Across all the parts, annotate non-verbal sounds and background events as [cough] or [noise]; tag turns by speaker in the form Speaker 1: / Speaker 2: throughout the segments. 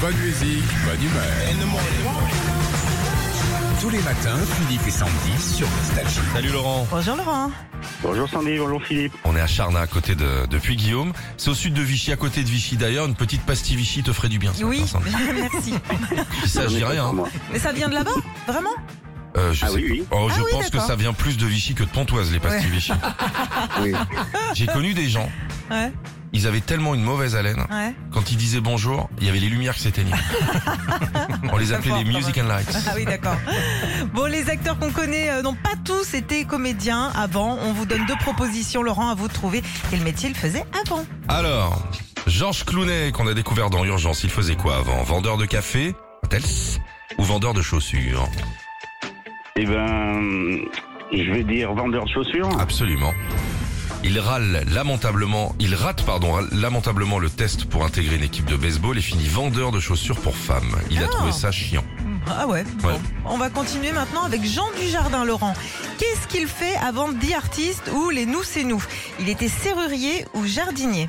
Speaker 1: Bonne musique, bonne humeur. Tous les matins, Philippe et Sandy sur Nostalgie.
Speaker 2: Salut Laurent.
Speaker 3: Bonjour Laurent.
Speaker 4: Bonjour Sandy, bonjour Philippe.
Speaker 2: On est à Charna à côté de, de Puy-Guillaume. C'est au sud de Vichy, à côté de Vichy d'ailleurs. Une petite pastille Vichy te ferait du bien. ça,
Speaker 3: Oui, [laughs]
Speaker 2: Vincent.
Speaker 3: merci.
Speaker 2: Ça, je
Speaker 4: J'en ai
Speaker 2: dirais.
Speaker 4: pas pour
Speaker 2: Hein.
Speaker 4: moi.
Speaker 3: Mais ça vient de là-bas Vraiment
Speaker 2: Euh, je
Speaker 4: Ah
Speaker 2: sais
Speaker 4: oui,
Speaker 2: pas.
Speaker 4: oui.
Speaker 2: Oh,
Speaker 3: Ah
Speaker 2: je
Speaker 3: oui,
Speaker 2: pense que
Speaker 3: d'accord.
Speaker 2: ça vient plus de Vichy que de Pontoise, les pastilles
Speaker 3: [laughs]
Speaker 2: Vichy.
Speaker 4: Oui.
Speaker 2: J'ai connu des gens,
Speaker 3: Ouais,
Speaker 2: ils avaient tellement une mauvaise haleine.
Speaker 3: ouais.
Speaker 2: Quand ils disaient bonjour, il y avait les lumières qui
Speaker 3: [laughs]
Speaker 2: s'éteignaient. On les
Speaker 3: C'est
Speaker 2: appelait
Speaker 3: fort,
Speaker 2: les
Speaker 3: quand
Speaker 2: Music and Lights.
Speaker 3: Ah oui, d'accord. [laughs] Bon, les acteurs qu'on connaît euh, n'ont pas tous été comédiens avant. On vous donne deux propositions, Laurent, à vous de trouver quel métier il faisait avant.
Speaker 2: Alors, Georges Clounet, qu'on a découvert dans Urgence, il faisait quoi avant Vendeur de café, hôtels, ou vendeur de chaussures
Speaker 4: Eh ben, je vais dire vendeur de chaussures.
Speaker 2: Absolument. Il râle lamentablement, il rate pardon lamentablement le test pour intégrer une équipe de baseball et finit vendeur de chaussures pour femmes. Il a
Speaker 3: Ah.
Speaker 2: trouvé ça chiant.
Speaker 3: Ah ouais, bon.
Speaker 2: Ouais.
Speaker 3: On va continuer maintenant avec Jean Dujardin, Laurent. Qu'est-ce qu'il fait avant de dire artiste ou les nous, c'est nous Il était serrurier ou jardinier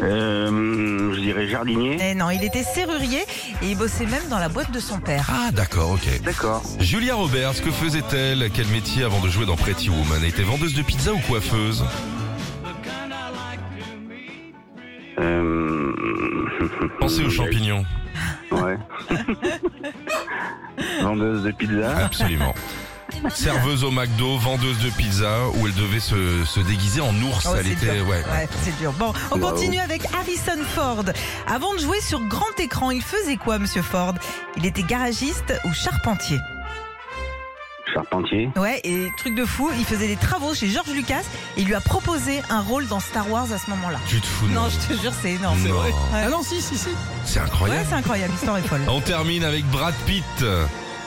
Speaker 4: Euh, je dirais jardinier.
Speaker 3: Eh non, il était serrurier et il bossait même dans la boîte de son père.
Speaker 2: Ah d'accord, ok.
Speaker 4: D'accord.
Speaker 2: Julia Roberts, que faisait-elle Quel métier avant de jouer dans Pretty Woman Était vendeuse de pizza ou coiffeuse
Speaker 4: Euh... [laughs]
Speaker 2: Pensez aux champignons.
Speaker 4: Ouais. Vendeuse de
Speaker 3: [laughs]
Speaker 4: pizza.
Speaker 2: Absolument. Serveuse au McDo, vendeuse de pizza, où elle devait se, se déguiser en ours.
Speaker 3: Oh,
Speaker 2: elle
Speaker 3: c'est
Speaker 2: était,
Speaker 3: dur.
Speaker 2: ouais.
Speaker 3: Ouais, c'est dur. Bon, on
Speaker 4: Wow.
Speaker 3: continue avec Harrison Ford. Avant de jouer sur grand écran, il faisait quoi, Monsieur Ford Il était garagiste ou charpentier
Speaker 4: Charpentier.
Speaker 3: Ouais, et truc de fou, il faisait des travaux chez George Lucas et il lui a proposé un rôle dans Star Wars à ce moment-là.
Speaker 2: Tu te fous de
Speaker 3: Non,
Speaker 2: moi.
Speaker 3: je te jure, c'est énorme.
Speaker 2: Non.
Speaker 3: Ouais.
Speaker 5: non, si, si, si.
Speaker 2: C'est
Speaker 3: Ouais,
Speaker 2: incroyable.
Speaker 3: c'est incroyable, l'histoire est folle.
Speaker 2: On termine avec Brad Pitt.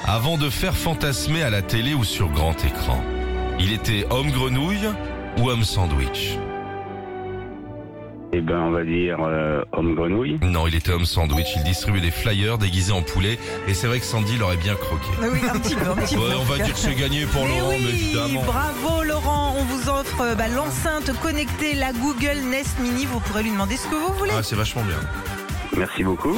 Speaker 2: Avant de faire fantasmer à la télé ou sur grand écran, il était homme grenouille ou homme sandwich
Speaker 4: Eh ben, on va dire euh, homme grenouille.
Speaker 2: Non, il était homme sandwich. Il distribuait des flyers déguisés en poulet. Et c'est vrai que Sandy l'aurait bien croqué.
Speaker 3: Ah Oui, un petit peu, un petit peu.
Speaker 2: Ouais, on va dire que c'est gagné pour
Speaker 3: Mais
Speaker 2: Laurent, mais
Speaker 3: oui,
Speaker 2: évidemment.
Speaker 3: bravo Laurent, on vous offre euh, bah, l'enceinte connectée, la Google Nest Mini, vous pourrez lui demander ce que vous voulez.
Speaker 2: Ah, c'est vachement bien.
Speaker 4: Merci beaucoup.